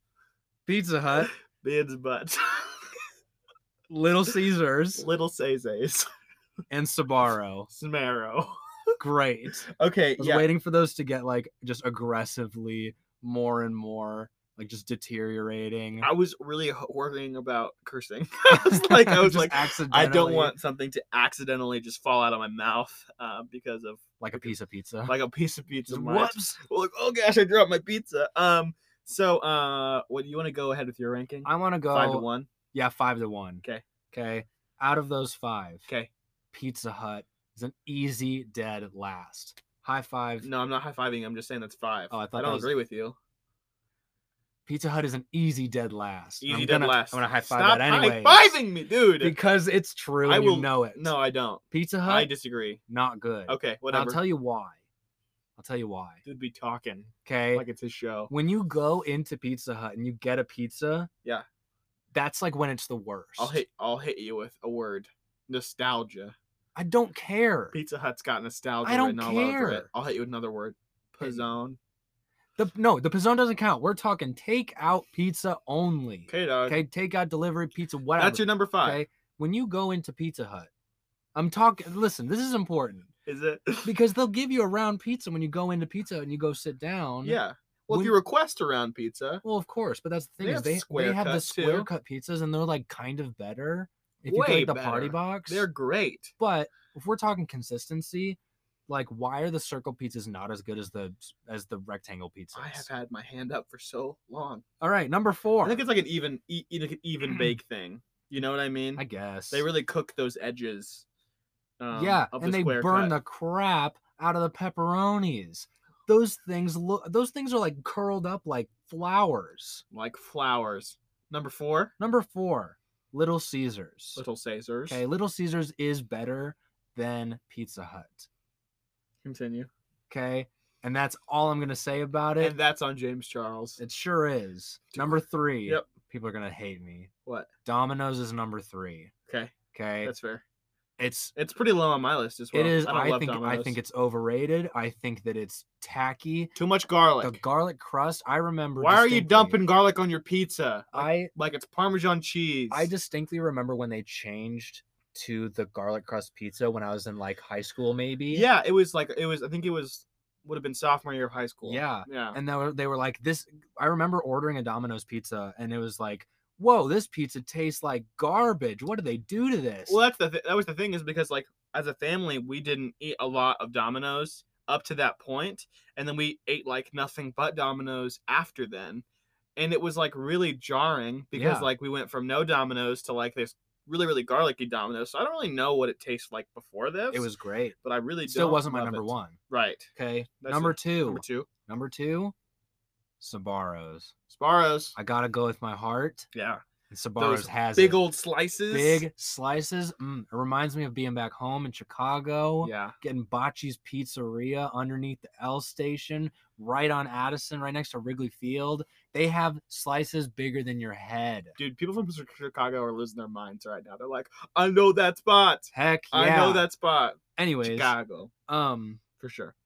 Pizza Hut,
Bids Butts,
Little Caesars,
Little Sese's,
and Sbarro.
Smero.
Great.
Okay.
I was
yeah.
waiting for those to get like just aggressively more and more like just deteriorating.
I was really h- worrying about cursing. I was like, I was
Just
like, I don't
accidentally,
want something to accidentally just fall out of my mouth uh, because of
like a piece of pizza.
like a piece of pizza.
Just
might-
whoops.
Like, oh gosh, I dropped my pizza. Um, so uh, what do you want to go ahead with your ranking?
I want to go
Five to one.
Yeah, five to one.
'Kay.
Okay. Out of those five,
Okay.
Pizza Hut is an easy dead last. High five.
No, I'm not high fiving. I'm just saying that's five.
Oh, I thought that
don't
was-
agree with you.
Pizza Hut is an easy dead last. and
Easy
I'm
dead
gonna,
last.
I'm gonna high five
Stop
that anyway.
High-fiving me, dude.
because it's true.
I
and
will-
you know it.
no, I don't.
Pizza Hut
I disagree.
not good.
Okay,
And I'll
whatever.
tell you why. I'll tell you why.
Dude, be talking
Okay.
like it's his show.
when you go into Pizza Hut and you get a pizza,
Yeah.
that's like when it's the worst.
I'll hit. I'll hit you with a word. Nostalgia.
I don't care.
Pizza Hut's got nostalgia
I don't
written all over it.
care.
I'll hit you with another word.
Okay.
Pizzone.
The, no, the pizzone doesn't count. We're talking takeout pizza only.
Okay, dog.
Okay, takeout delivery pizza, whatever.
That's your number five.
okay, when you go into Pizza Hut, I'm talking. Listen, this is important
Is it?
because they'll give you a round pizza when you go into Pizza Hut and you go sit down.
yeah. Well,
When-
if you request a round pizza,
Well, of course, but that's the thing
They
is
have
they
square
they have the
cut,
square
too.
cut pizzas and they're like kind of better if you get
Way
like, the party
better.
box.
they're great.
But if we're talking consistency, like why are the circle pizzas not as good as the as the rectangle pizzas?
I have had my hand up for so long.
All right, number four.
I think it's like an even, e- e- like an even bake thing. You know what I mean?
I guess
They really cook those edges. um,
yeah,
of
and
the
they
square
burn
cut.
the crap out of the pepperonis. Those things look. Those things are like curled up like flowers.
like flowers. Number four,
Number four, Little Caesars.
Little Caesars.
Okay, Little Caesars is better than Pizza Hut.
Continue.
Okay, and that's all I'm gonna say about it.
And that's on James Charles.
It sure is. Number three.
Yep.
People are gonna hate me.
What?
Domino's is number three.
Okay,
Okay.
that's fair.
it's
It's pretty low on my list as well.
it is.
don't
I,
love
think I
Domino's.
think it's overrated. I think that it's tacky.
Too much garlic.
The garlic crust. I remember.
Why are you
distinctly-
dumping garlic on your pizza? Like,
I
like it's Parmesan cheese.
I distinctly remember when they changed to the garlic crust pizza when I was in like high school, maybe.
yeah, it was like it was. I think it was would have been sophomore year of high school.
Yeah.
yeah.
And they were, they were like this. I remember ordering a Domino's pizza, and it was like, "Whoa, this pizza tastes like garbage. What did they do to this?"
Well, that's the th- that was the thing is because like as a family we didn't eat a lot of Domino's up to that point, and then we ate like nothing but Domino's after then, and it was like really jarring because
Yeah.
like we went from no Domino's to like this really really garlicky Domino's. So I don't really know what it tastes like before this.
it was great.
but I really
It still
don't
wasn't my
love
number
it.
one.
Right.
Okay.
That's
number
it.
two.
Number two.
Number two, Sabaros.
Sparrows.
I gotta go with my heart.
Yeah.
And Sabaros has
big
it.
old slices.
big slices. Mm, it reminds me of being back home in Chicago,
Yeah.
getting Bocce's Pizzeria underneath the L station, right on Addison, right next to Wrigley Field. They have slices bigger than your head.
Dude, people from Chi- Chicago are losing their minds right now. They're like, I know that spot.
Heck yeah.
I know that spot.
Anyways,
Chicago,
um,
for sure.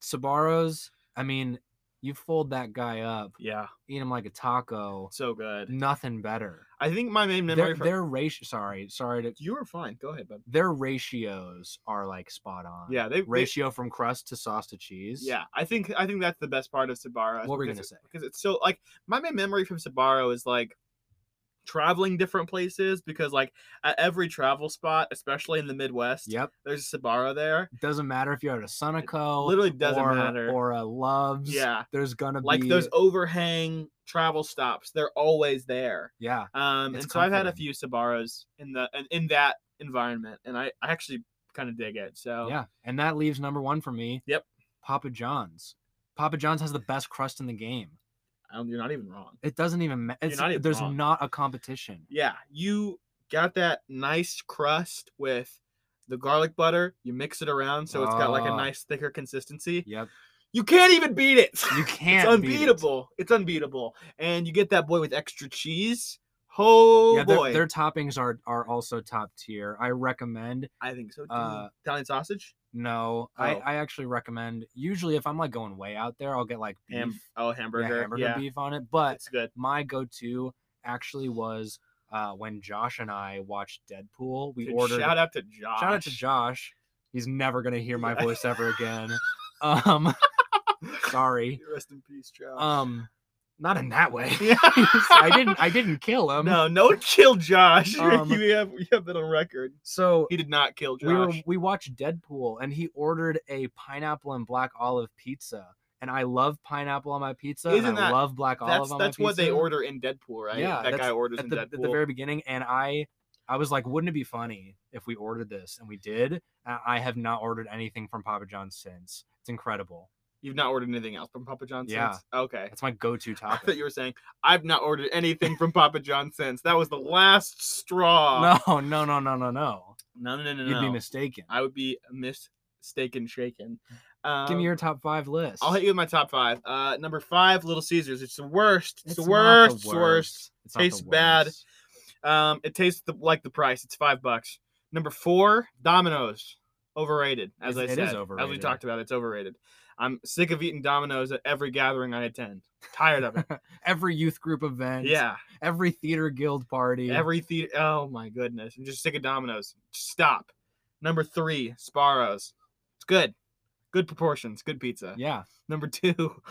Sabaros. I mean, you fold that guy up,
Yeah.
eat him like a taco.
So good.
Nothing better.
I think my main memory
Their,
from.
their ratio. Sorry, sorry to
You were fine. Go ahead, bud.
their ratios are like spot on.
Yeah. They, they
Ratio from crust to sauce to cheese.
Yeah, I think I think that's the best part of Sabaro.
What were you
because
gonna
it-
say?
Because it's so like my main memory from Sabaro is like traveling different places because like at every travel spot, especially in the Midwest,
Yep.
there's a Sabaro there.
Doesn't matter if you're at a Sunoco.
literally doesn't
or,
matter.
Or a Loves.
Yeah.
There's gonna
Like
be
those overhang travel stops, they're always there.
Yeah.
Um,
It's
and so I've had a
comforting.
few Sabaros in the in- in that environment, and I, I actually kind of dig it. So
Yeah. And that leaves number one for me.
Oh. Yep.
Papa John's. Papa John's has the best crust in the game.
Um, you're not even wrong.
It doesn't even matter.
not even
There's
wrong.
not a competition.
Yeah, you got that nice crust with the garlic butter. You mix it around so it's got like a
Ah.
nice thicker consistency.
Yep.
You can't even beat it.
You
it's
can't. beat it.
unbeatable. It's unbeatable. And you get that boy with extra cheese. Oh
yeah,
boy.
their, their toppings are are also top tier. I recommend.
I think so. too.
uh,
Italian sausage?
No,
Oh.
I, I actually recommend. Usually, if I'm like going way out there, I'll get like beef,
Ham- oh,
yeah,
hamburger. Yeah,
hamburger beef on it. But
It's good.
my go-to actually was uh, when Josh and I watched Deadpool. We
Dude,
ordered.
shout out to Josh.
shout out to Josh. He's never gonna hear my
Yeah.
voice ever again. Um, sorry.
Rest in peace, Josh.
Um, not in that way.
Yeah.
I didn't. I didn't kill him.
no, no kill Josh. You-
Um,
you have you have that on record.
So
He did not kill Josh.
we were we watched Deadpool and he ordered a pineapple and black olive pizza. And I love pineapple on my pizza.
Isn't
and I
that-
love black olive
that's
on
that's
my pizza.
what they order in Deadpool, right?
Yeah,
that guy
that's-
orders
at
in
the, at
Deadpool.
the very beginning. And I I was like, wouldn't it be funny if we ordered this? And we did. I I have not ordered anything from Papa John's since. It's incredible.
You've not ordered anything else from Papa John's
Yeah.
since. Okay.
That's my go-to
I
topic.
thought you were saying I've not ordered anything from Papa John's since. That was the last straw.
no, no, no, no, no, no.
No, no, no, no.
You'd
no.
be mistaken.
I would be mistaken, shaken. Um,
Give me your top five list.
I'll hit you with my top five. Uh, number five, Little Caesars. It's the worst. It's, the
not
worst. It's the worst.
It's not the
Tastes bad.
worst.
Um, it tastes the, like the price. It's five bucks. Number four, Domino's. Overrated, as
It's-
I
it
said.
is
As we
overrated.
talked about, it's overrated. I'm sick of eating Domino's at every gathering I attend. Tired of it.
Every youth group event.
yeah.
every theater guild party.
Every theater. Oh my goodness. I'm just sick of Domino's. Stop. Number three, Sparrows. It's good. Good proportions. Good pizza.
yeah.
Number two,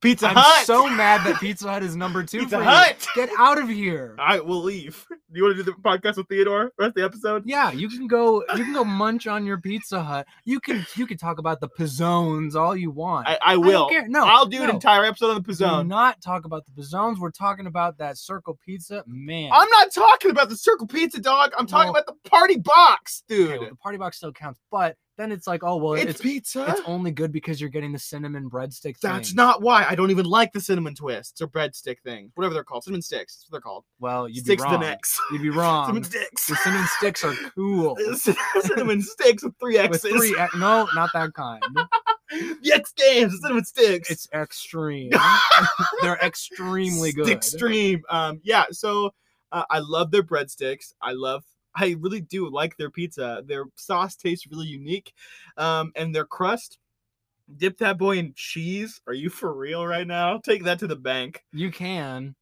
Pizza
I'm
Hut.
so mad that Pizza Hut is number two
Pizza
for
Hut. Uh,
you. Get out of here.
All right, we'll leave. Do you want to do the podcast with Theodore? Rest of the episode.
Yeah, you can go. You can go munch on your Pizza Hut. You can. You can talk about the pizzones all you want.
I, I
don't
will.
care. No,
I'll do an
no.
entire episode on the
Do
Pizzone.
not talk about the pizzones. We're talking about that circle pizza, man.
I'm not talking about the circle pizza dog. I'm talking
Well-
about the party box, dude.
Okay, well, the party box still counts, but then it's like, oh well,
it's,
it's it's,
pizza.
only good because you're getting the cinnamon breadstick.
That's
thing.
not why. I don't even like the cinnamon twists or breadstick thing. Whatever they're called. Cinnamon sticks. That's what they're called.
Well, you'd
sticks
be wrong.
the necks.
You'd be wrong.
Cinnamon sticks.
the cinnamon sticks are cool.
cinnamon sticks with three
With
X's.
three, ex- no, not that kind.
the X games, the cinnamon sticks.
It's extreme. They're extremely good.
Extreme. Um, yeah. So uh, I love their breadsticks. I love. I really do like their pizza. Their sauce tastes really unique, um, and their crust. Dip that boy in cheese. Are you for real right now? Take that to the bank.
You can.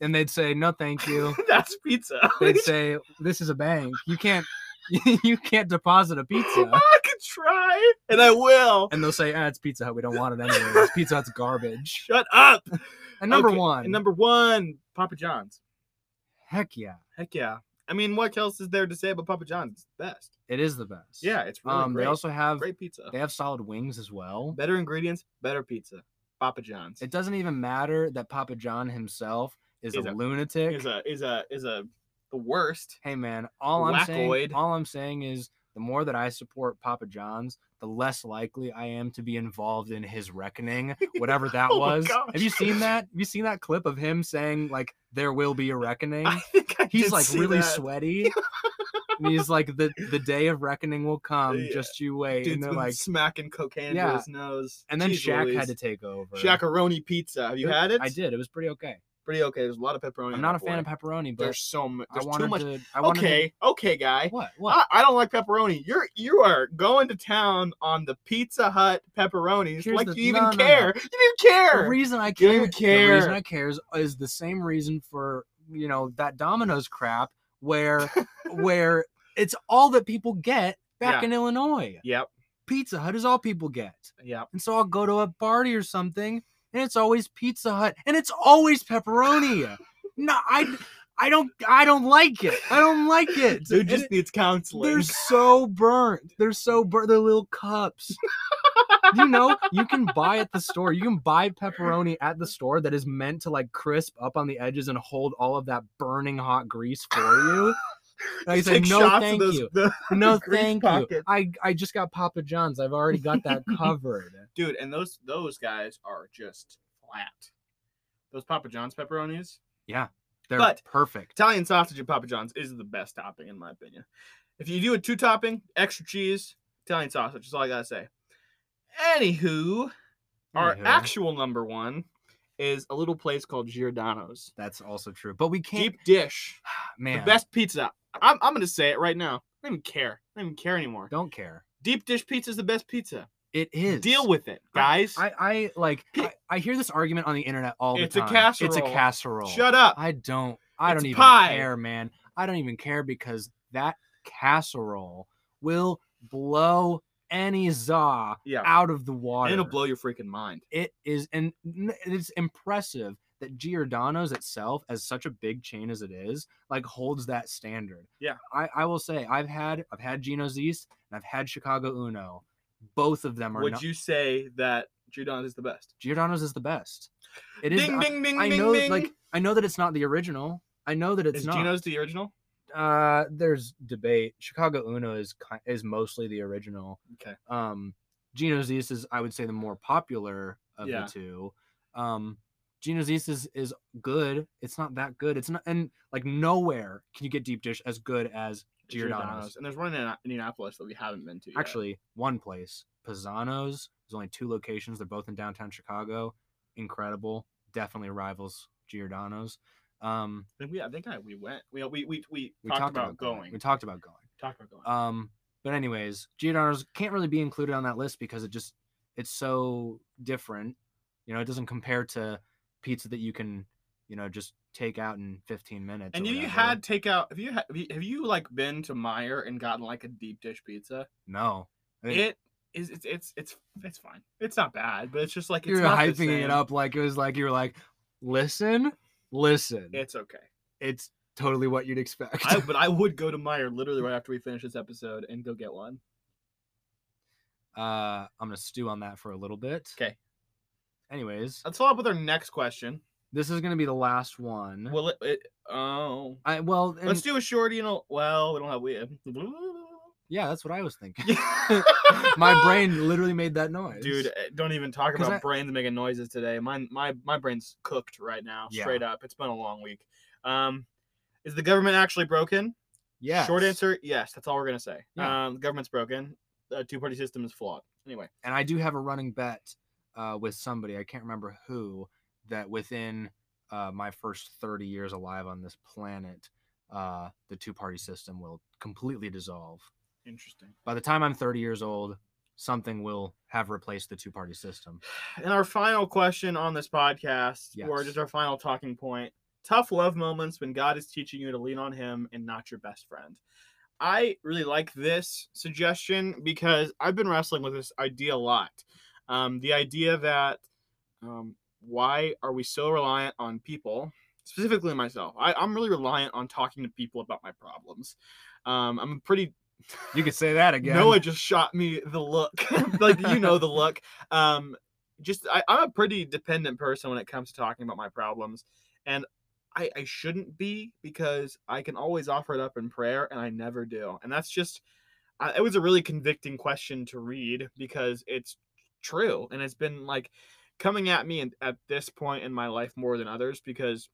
And they'd say, no, thank you.
That's pizza.
They'd say, this is a bank. You can't, you can't deposit a pizza.
I could try, and I will.
And they'll say, ah, it's Pizza Hut. We don't want it anyway. Pizza Hut's garbage.
Shut up.
And number
Okay,
one,
And number one, Papa John's.
heck yeah,
Heck yeah. I mean, what else is there to say about Papa John's? It's the best.
it is the best.
Yeah, it's really
Um,
great.
they also have,
great pizza.
they have solid wings as well.
Better ingredients, better pizza. Papa John's.
It doesn't even matter that Papa John himself is
Is
a
a-
lunatic.
is a is a is a the worst.
hey man, all I'm saying,
Wackoid.
all I'm saying is the more that I support Papa John's, the less likely I am to be involved in his reckoning, whatever that
Oh my
was. Have you
gosh.
seen that? Have you seen that clip of him saying like there will be a reckoning?
I think I
He's
did
like
see
really
that.
sweaty. and he's like the the day of reckoning will come,
Yeah.
just you wait.
Dude's
and they're
been
like
smacking cocaine
Yeah.
to his nose.
and then
Jeez
Shaq
Louise.
had to take over.
Shaqaroni pizza. Have you
It-
had it?
I did. It was pretty okay.
Pretty okay. There's a lot of pepperoni.
I'm
on
not
that
a fan
boy.
of pepperoni, but
There's so much. There's
I wanted
too much.
to. I wanted to-
okay, okay, guy.
What? What?
I, I don't like pepperoni. You're you are going to town on the Pizza Hut pepperonis
Here's
like
the-
you even
no, no, no.
care. You didn't
The
care.
reason I
You
care,
don't
The
care.
reason I care is, is the same reason for you know that Domino's crap, where where it's all that people get back
Yeah.
in Illinois.
Yep.
Pizza Hut is all people get,
Yep.
and so I'll go to a party or something, and it's always Pizza Hut, and it's always pepperoni. no, I I don't I don't like it. I don't like it.
Dude
And
just
it-
needs counseling.
they're so burnt. They're so burnt. They're little cups. you know, you can buy at the store. You can buy pepperoni at the store that is meant to like crisp up on the edges and hold all of that burning hot grease for you. And I
Just
say,
take shots
no,
of
thank
those-
you.
the-
No,
grease
thank you.
pockets."
I, I just got Papa John's. I've already got that covered.
dude. And those those guys are just flat. Those Papa John's pepperonis,
They're
But-
perfect.
Italian sausage and Papa John's is the best topping in my opinion. If you do a two topping, extra cheese, Italian sausage. That's all I gotta say. Anywho, our
Anywho,
actual number one is a little place called Giordano's.
that's also true. But we can't
Deep dish,
man
the best pizza. I'm, I'm gonna say it right now. I don't even care. I don't even care anymore.
don't care.
Deep dish pizza is the best pizza.
It is.
Deal with it, guys.
I, I like I, I hear this argument on the internet all
It's a
the time. It's a
casserole.
casserole.
Shut up.
I don't. I
It's
don't even
pie.
care, man. I don't even care because that casserole will blow any za
yeah,
out of the water.
and it'll blow your freaking mind.
It is, and n- it's impressive that Giordano's itself, as such a big chain as it is, like holds that standard.
Yeah.
I, I will say I've had I've had Gino's East and I've had Chicago Uno. Both of them are.
Would
not-
you say that Giordano's is the best?
Giordano's is the best. It is.
ding,
I,
ding, ding,
I
ding,
know,
ding.
like, I know that it's not the original. I know that it's
is
not.
Gino's the original?
uh, there's debate. Chicago Uno is ki- is mostly the original.
Okay.
Um, Gino's East is, I would say, the more popular of
Yeah.
the two. Um, Gino's East is is good. It's not that good. It's not, and like nowhere can you get deep dish as good as Giordano's.
And there's one in Indianapolis that we haven't been to. yet.
Actually, one place, Pisano's. There's only two locations. They're both in downtown Chicago. Incredible. Definitely rivals Giordano's. Um,
I think we, I think I, we went. We we we, we,
we
talked, about, going.
We talked about going.
talked about going.
Um, but anyways, Giordano's can't really be included on that list because it just it's so different. You know, it doesn't compare to pizza that you can, you know, just take out in 15 minutes. or
and if you
whatever.
had takeout, have you had, have you, have you like been to Meyer and gotten like a deep dish pizza?
no, I mean,
It is it's it's it's it's fine. It's not bad, but it's just like it's
you're
not the
hyping it
same.
up like it was like you were like, listen, listen,
It's okay.
it's totally what you'd expect.
I, but I would go to Meyer literally right after we finish this episode and go get one.
uh, I'm gonna stew on that for a little bit.
'Kay.
Anyways,
Let's follow up with our next question.
this is gonna be the last one.
Will it? it oh,
I well, and-
let's do a shorty and a well. We don't have we. uh,
yeah, that's what I was thinking. My brain literally made that noise.
Dude, eh, don't even talk
'Cause
about
I-
brains making noises today. My my my brain's cooked right now,
Yeah.
straight up. It's been a long week. Um, is the government actually broken?
yeah.
Short answer: Yes. That's all we're gonna say.
Yeah.
Um, the government's broken. The two-party system is flawed. Anyway,
And I do have a running bet uh, with somebody, I can't remember who, that within uh, my first 30 years alive on this planet, uh, the two party system will completely dissolve.
interesting.
By the time I'm 30 years old, something will have replaced the two party system.
And our final question on this podcast, or
Yes.
just our final talking point: tough love moments when God is teaching you to lean on Him and not your best friend. I really like this suggestion because I've been wrestling with this idea a lot. Um, the idea that um, why are we so reliant on people, specifically myself? I, I'm really reliant on talking to people about my problems. Um, I'm a pretty
You could say that again.
Noah just shot me the look, like you know the look. Um, just I, I'm a pretty dependent person when it comes to talking about my problems, and I, I shouldn't be because I can always offer it up in prayer, and I never do. And that's just I, it was a really convicting question to read because it's true, and it's been like coming at me and at this point in my life more than others because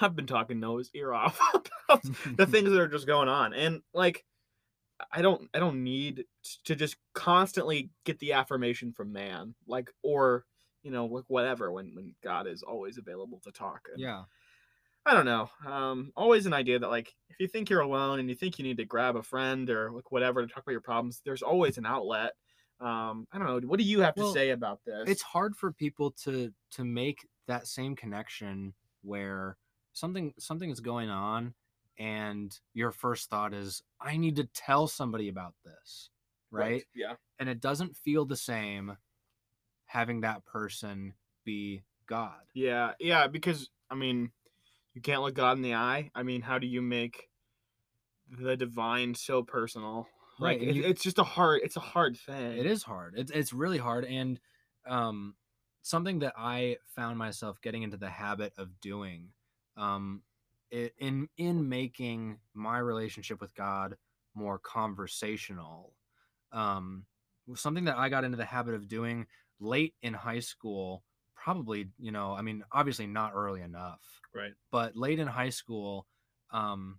I've been talking Noah's ear off about the things that are just going on and like i don't i don't need to just constantly get the affirmation from man like or you know like whatever when when god is always available to talk and
yeah.
i don't know um always an idea that like if you think you're alone and you think you need to grab a friend or like whatever to talk about your problems there's always an outlet um i don't know what do you have
Well,
to say about this
it's hard for people to to make that same connection where something something is going on and your first thought is i need to tell somebody about this right,
yeah
and it doesn't feel the same having that person be god
Yeah, yeah, because I mean, you can't look God in the eye. I mean, how do you make the divine so personal?
Right,
Like
and
it,
you-
it's just a hard, it's a hard thing.
it is hard it's, it's really hard and um, something that i found myself getting into the habit of doing um, i- in in making my relationship with god more conversational um, was something that i got into the habit of doing late in high school, probably, you know, I mean, obviously not early enough,
Right.
but late in high school, um,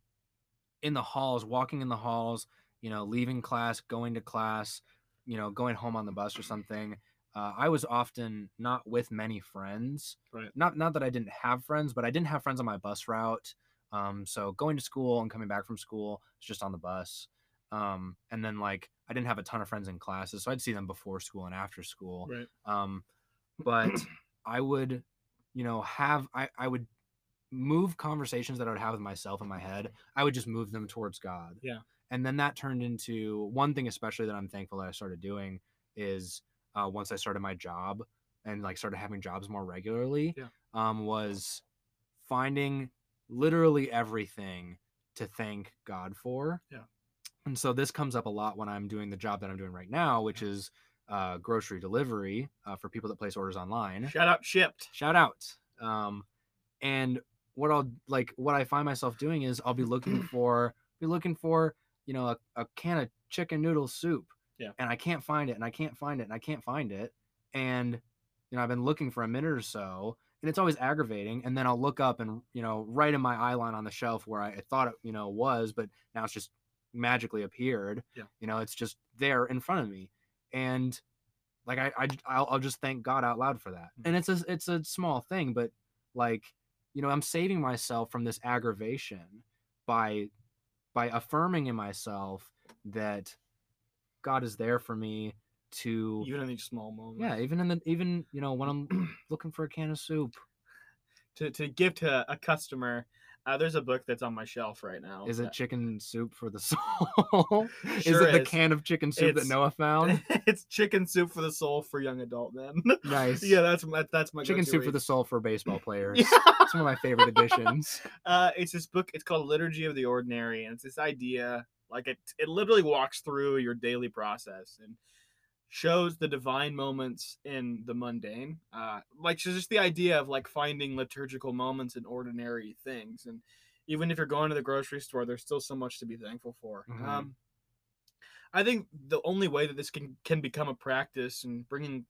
in the halls, walking in the halls, you know, leaving class, going to class, you know, going home on the bus or something. Uh, I was often not with many friends.
Right.
Not not that I didn't have friends, but I didn't have friends on my bus route. Um, so going to school and coming back from school, it's just on the bus. Um, and then like I didn't have a ton of friends in classes, so I'd see them before school and after school
Right.
um, but I would, you know, have I, I would move conversations that I would have with myself in my head. I would just move them towards God.
Yeah.
And then that turned into one thing, especially that I'm thankful that I started doing is uh, once I started my job and like started having jobs more regularly,
Yeah.
um, was finding literally everything to thank God for.
Yeah.
And so this comes up a lot when I'm doing the job that I'm doing right now, which is uh, grocery delivery uh, for people that place orders online.
Shout out shipped.
Shout out. Um, and what I'll like, what I find myself doing is I'll be looking for, be looking for, you know, a, a can of chicken noodle soup.
Yeah.
And I can't find it, and I can't find it, and I can't find it, and you know, I've been looking for a minute or so, and it's always aggravating. And then I'll look up, and you know, right in my eye line on the shelf where I, I thought it, you know, was, but now it's just magically appeared.
Yeah.
You know, it's just there in front of me, and like I, I I'll, I'll just thank God out loud for that. And it's a it's a small thing, but like you know, I'm saving myself from this aggravation by by affirming in myself that God is there for me to
Even in these small moments.
yeah, even in the even you know when I'm looking for a can of soup,
To, to give to a customer. Uh, there's a book that's on my shelf right now. Uh,
is it
that-
chicken soup for the soul?
Sure
is it the
is.
can of chicken soup
It's-
that Noah found?
it's chicken soup for the soul for young adult men.
Nice.
yeah, that's my that's my
chicken
go-to
soup for
read.
the soul for baseball players.
Yeah.
It's one of my favorite editions.
uh, it's this book. It's called Liturgy of the Ordinary, and it's this idea like it it literally walks through your daily process and shows the divine moments in the mundane. Uh, like so just the idea of like finding liturgical moments in ordinary things, and even if you're going to the grocery store, there's still so much to be thankful for.
Mhm.
Um, I think the only way that this can can become a practice and bringing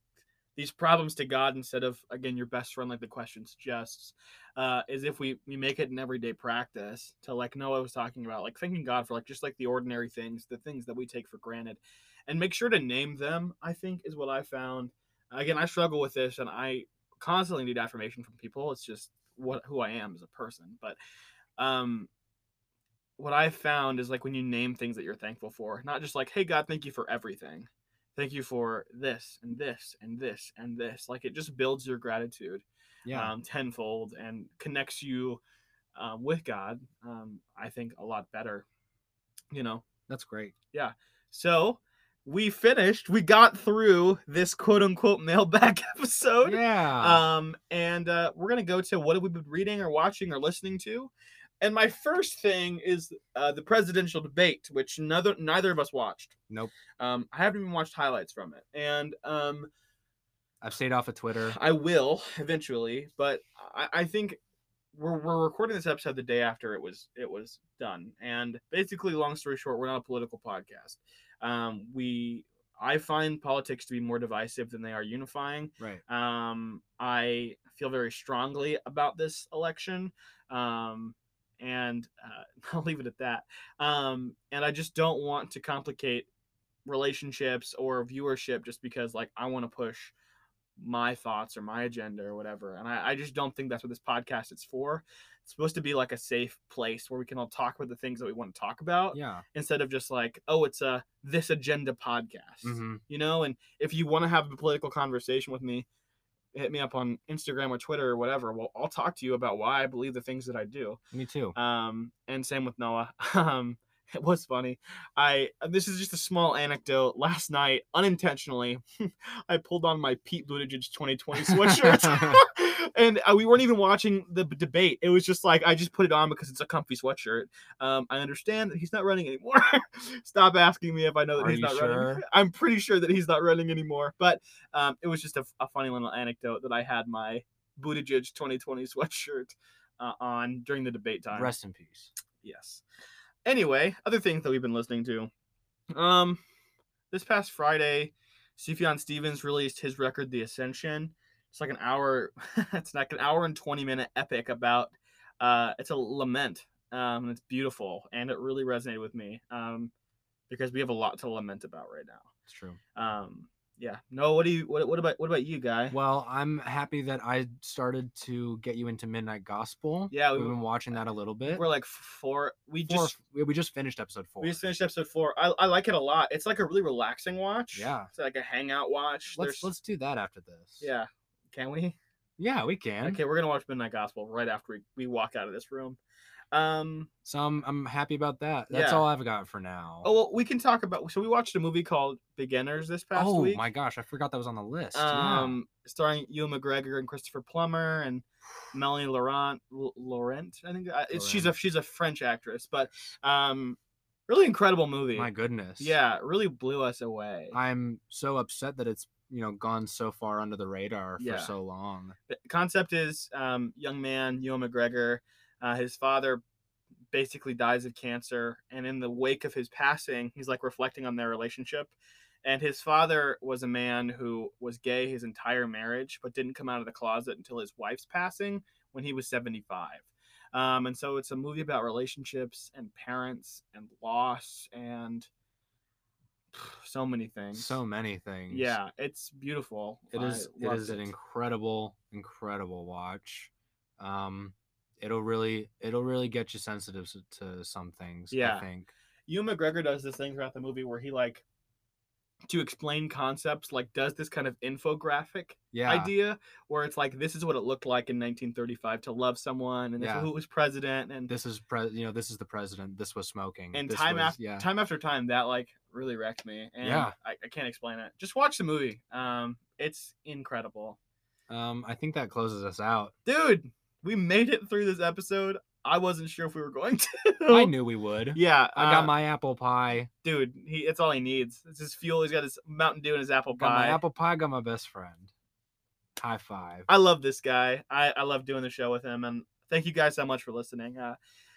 these problems to God instead of again your best friend, like the question suggests, uh, is if we we make it an everyday practice to like Noah was talking about, like thanking God for like just like the ordinary things, the things that we take for granted, and make sure to name them. I think is what I found. Again, I struggle with this, and I constantly need affirmation from people. It's just what who I am as a person, but um what I found is like when you name things that you're thankful for, not just like, hey God, thank you for everything. Thank you for this and this and this and this. Like it just builds your gratitude
Yeah.
um, tenfold and connects you um, with God, um, I think a lot better, you know?
That's great.
So we finished, we got through this quote unquote mailbag episode.
Yeah.
Um, and uh, we're gonna go to what have we been reading or watching or listening to. And my first thing is uh, the presidential debate, which neither neither of us watched.
Nope.
Um, I haven't even watched highlights from it, and um,
I've stayed off of Twitter.
I will eventually. But I, I think we're we're recording this episode the day after it was it was done. And basically, long story short, we're not a political podcast. Um, we I find politics to be more divisive than they are unifying.
Right.
Um, I feel very strongly about this election. Um, and uh, I'll leave it at that. Um, and I just don't want to complicate relationships or viewership just because, like, I want to push my thoughts or my agenda or whatever. And I, I just don't think that's what this podcast is for. It's supposed to be like a safe place where we can all talk about the things that we want to talk about
Yeah.
instead of just like, oh, it's a this agenda podcast
hmm
you know and if you want to have a political conversation with me hit me up on instagram or twitter or whatever well i'll talk to you about why i believe the things that i do
Me too.
um and same with noah um it was funny i this is just a small anecdote last night unintentionally i pulled on my pete buttigieg 2020 sweatshirt and uh, we weren't even watching the b- debate it was just like i just put it on because it's a comfy sweatshirt um i understand that he's not running anymore stop asking me if i know that
Are
he's
you
not running
sure?
I'm pretty sure that he's not running anymore. But um, it was just a, a funny little anecdote that I had my Buttigieg 2020 sweatshirt uh, on during the debate time.
Rest in peace.
Yes. Anyway, other things that we've been listening to. Um, this past Friday, Sufjan Stevens released his record, The Ascension. It's like an hour. it's like an hour and twenty minute epic about. Uh, it's a lament. Um, it's beautiful, and it really resonated with me. Um, because we have a lot to lament about right now.
It's true.
Um, yeah. No. What do you? What, what about? What about you, guy?
Well, I'm happy that I started to get you into Midnight Gospel.
Yeah, we-
we, have been watching that a little bit.
We're like four. We
Four-
just
we we just finished episode four.
we just finished episode four. I, I like it a lot. It's like a really relaxing watch.
Yeah.
It's like a hangout watch.
let's
There's-
let's do that after this.
Yeah. Can we?
yeah, we can.
Okay, we're gonna watch Midnight Gospel right after we, we walk out of this room. Um.
So I'm I'm happy about that. That's
Yeah.
all I've got for now.
Oh, well, we can talk about. So we watched a movie called Beginners this past
Oh
week.
my gosh, I forgot that was on the list. Yeah.
Um, starring Ewan McGregor and Christopher Plummer and Melanie Laurent. L- Laurent, I think uh, it's, she's a
Laurent.
she's a French actress, but um, really incredible movie.
My goodness.
yeah, it really blew us away.
I'm so upset that it's you know gone so far under the radar for
Yeah.
so long.
the concept is um, young man Ewan McGregor, uh, his father basically dies of cancer, and in the wake of his passing, he's like reflecting on their relationship. And his father was a man who was gay his entire marriage, but didn't come out of the closet until his wife's passing when he was 75. Um, and so it's a movie about relationships and parents and loss and so many things.
So many things.
yeah, it's beautiful.
It
I
is it
loved
is an incredible, incredible watch. Um it'll really it'll really get you sensitive s- to some things,
Yeah.
I think.
Ewan McGregor does this thing throughout the movie where he like to explain concepts, like does this kind of infographic
Yeah.
idea where it's like this is what it looked like in 1935 to love someone, and this
Yeah.
who was president, and
This is pre- you know, this is the president, this was smoking.
and
this
time
was-
after
yeah.
time after time that like really wrecked me. And
Yeah.
I, I can't explain it. Just watch the movie. Um, it's incredible,
Um I think that closes us out.
dude. We made it through this episode. I wasn't sure if we were going to.
I knew we would.
Yeah,
I got
uh,
my apple pie.
dude. He, it's all he needs. It's his fuel. He's got his Mountain Dew and his apple
Got
pie.
my apple pie, got my best friend. High five.
I love this guy. I, I love doing the show with him. And thank you guys so much for listening. Uh,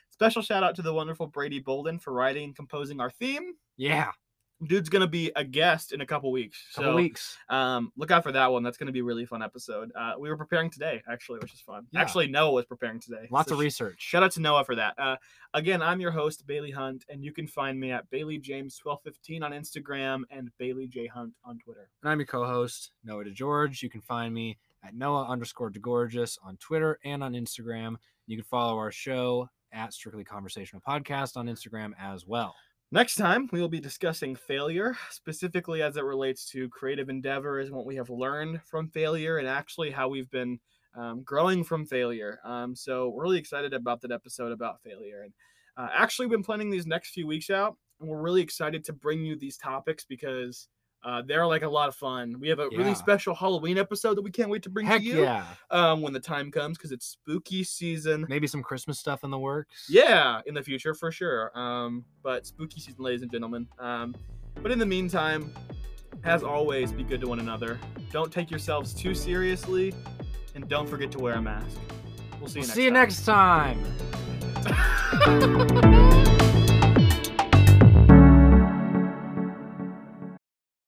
special shout out to the wonderful Brady Bolden for writing and composing our theme.
Yeah.
Dude's going to be a guest in a couple weeks.
Couple
so
weeks.
Um, look out for that one. That's going to be a really fun episode. Uh, we were preparing today, actually, which is fun.
Yeah.
Actually, Noah was preparing today.
Lots
so
of
sh-
research.
Shout out to Noah for that. Uh, again, I'm your host, Bailey Hunt, and you can find me at BaileyJames1215 on Instagram and BaileyJHunt on Twitter.
And I'm your co-host, Noah DeGeorge. You can find me at Noah underscore DeGorgeous on Twitter and on Instagram. You can follow our show at Strictly Conversational Podcast on Instagram as well.
Next time, we will be discussing failure, specifically as it relates to creative endeavor, is what we have learned from failure and actually how we've been um, growing from failure. Um, so, we're really excited about that episode about failure. And uh, actually, we've been planning these next few weeks out, and we're really excited to bring you these topics because uh, they're like a lot of fun. We have a
Yeah.
really special Halloween episode that we can't wait to bring
Heck
to you
yeah.
um, when the time comes because it's spooky season.
Maybe some Christmas stuff in the works.
Yeah, in the future for sure. Um, but spooky season, ladies and gentlemen. Um, but in the meantime, as always, be good to one another. Don't take yourselves too seriously, and don't forget to wear a mask. We'll see you
We'll
next
see you
time.
next time.